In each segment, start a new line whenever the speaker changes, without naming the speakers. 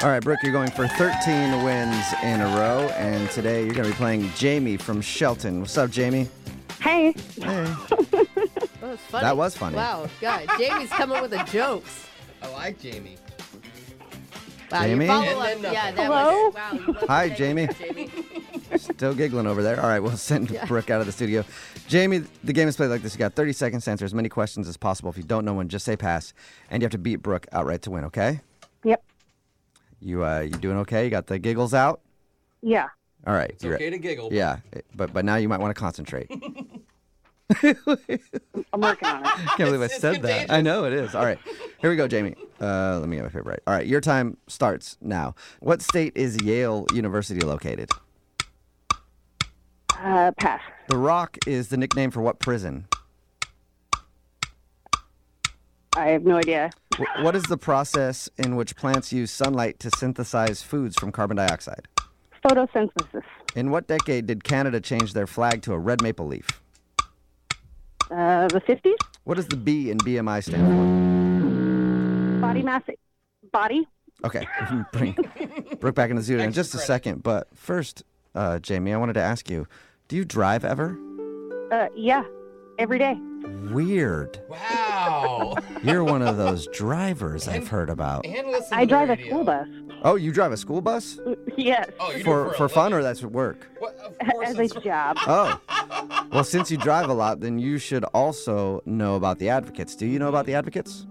All right, Brooke, you're going for 13 wins in a row, and today you're going to be playing Jamie from Shelton. What's up, Jamie?
Hey,
Hey.
That was funny.
That was funny.
Wow, God, Jamie's coming with the jokes.
I like Jamie.
Wow,
Jamie?
Your
And
follow
then
up, yeah,
nothing.
that
Hello?
was. Wow, you looked
Hi,
negative,
Jamie.
Jamie.
Still giggling over there. All right, we'll send Brooke out of the studio. Jamie, the game is played like this. You got 30 seconds to answer as many questions as possible. If you don't know one, just say pass, and you have to beat Brooke outright to win. Okay?
yep,
You uh, you doing okay? You got the giggles out.
yeah.
All right.
It's
you're-
okay to giggle.
Yeah, it- but but now you might want to concentrate. Can't
I'm working on it.
believe I
it's
said that. I
contagious.
know it is. All right, here we go, Jamie. Uh, let me get my paper right. All right, your time starts now. What state is Yale University located?
Uh, pass.
The Rock is the nickname for what prison?
I have no idea.
Wh- What is the process in which plants use sunlight to synthesize foods from carbon dioxide?
Photosynthesis.
In what decade did Canada change their flag to a red maple leaf?
Uh, the 50s.
What does the B in BMI stand
Body mass. Body.
for? Okay, bring Brooke back into the studio in just a second. But first, uh, Jamie, I wanted to ask you do you drive ever?
Uh, yeah. Every day.
Weird.
Wow.
You're one of those drivers I've heard about.
and listen
I
to the
drive a
radio.
school bus.
Oh, you drive a school bus?
Yes.
Oh, you do
For,
it
for
a
fun or
living.
that's work?
What? Of course.
As a
That's
job.
Oh. Well, since you drive a lot, then you should also know about the advocates. Do you know about the advocates?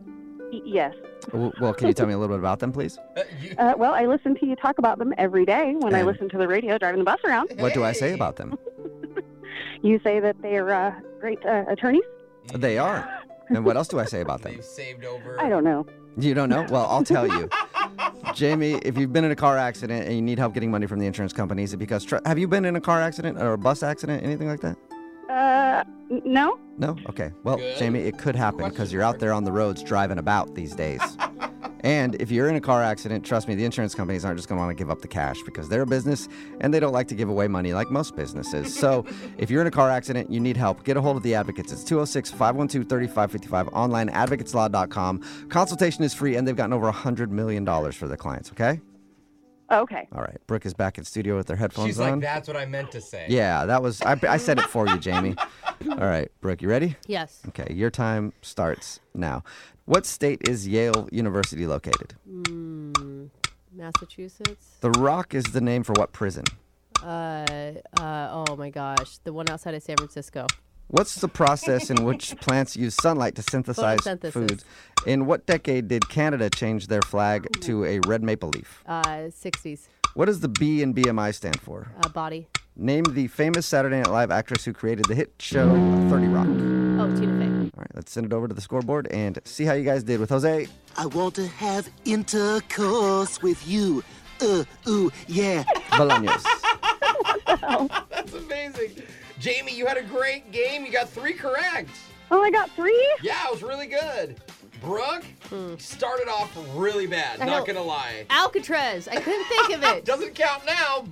Y- Yes.
W- Well, can you tell me a little bit about them, please?
Uh, you,
Uh, well, I listen to you talk about them every day when I
And-
listen to the radio driving the bus around.
What do I say
Hey.
about them?
You say that they are uh, great uh, attorneys.
They are. And what else do I say about them?
They've saved over.
I don't know.
You don't know? Well, I'll tell you. Jamie, if you've been in a car accident and you need help getting money from the insurance company, is it because tr- have you been in a car accident or a bus accident, anything like that?
Uh, n- no.
No? Okay. Well,
Good
Jamie, it could happen because
question,
you're out
Mark.
there on the roads driving about these days. and if you're in a car accident, trust me, the insurance companies aren't just going to want to give up the cash because they're a business and they don't like to give away money like most businesses. So if you're in a car accident, you need help, get a hold of the advocates. It's 206 512 3555, online advocateslaw.com. Consultation is free and they've gotten over $100 million for their clients, okay?
Okay.
All right. Brooke is back in studio with their headphones
She's
on.
like, that's what I meant to say.
Yeah, that was, I, I said it for you, Jamie. All right, Brooke, you ready?
Yes.
Okay, your time starts now. What state is Yale University located?
Massachusetts.
The Rock is the name for what prison?
Uh, uh, oh my gosh, the one outside of San Francisco.
What's the process in which plants use sunlight to synthesize
Photosynthesis.
food? In what decade did Canada change their flag to a red maple leaf?
Uh, 60s.
What does the B in BMI stand for?
Uh, body.
Name the famous Saturday Night Live actress who created the hit show 30 Rock. All
Oh, Tina Fey.
right, let's send it over to the scoreboard and see how you guys did with Jose.
I want to have intercourse with you. Uh, ooh, yeah.
Bolaños.
That's amazing. Jamie, you had a great game. You got three correct.
Oh, I got three.
Yeah, it was really good. Brooke
Hmm.
started off really bad.
I
not
know.
gonna lie.
Alcatraz. I couldn't think of it.
Doesn't count now.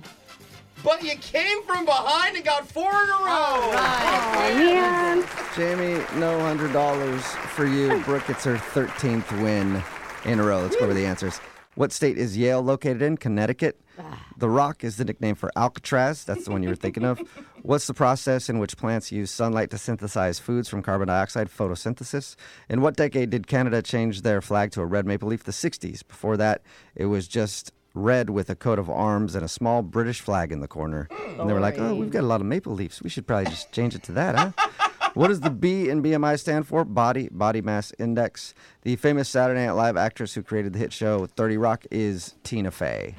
But you came from behind and got four in a row.
All right.
Oh, man.
Jamie, no hundred dollars for you. Brooke, it's her thirteenth win in a row. Let's go over the answers. What state is Yale located in? Connecticut. The Rock is the nickname for Alcatraz. That's the one you were thinking of. What's the process in which plants use sunlight to synthesize foods from carbon dioxide? Photosynthesis. In what decade did Canada change their flag to a red maple leaf? The 60s. Before that, it was just red with a coat of arms and a small British flag in the corner. And they were like, oh,
Boring.
we've got a lot of maple leaves. We should probably just change it to that, huh? What does the B in BMI stand for? Body, body mass index. The famous Saturday Night Live actress who created the hit show 30 Rock is Tina Fey.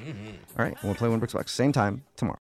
All right, we'll play One Brooks Box same time tomorrow.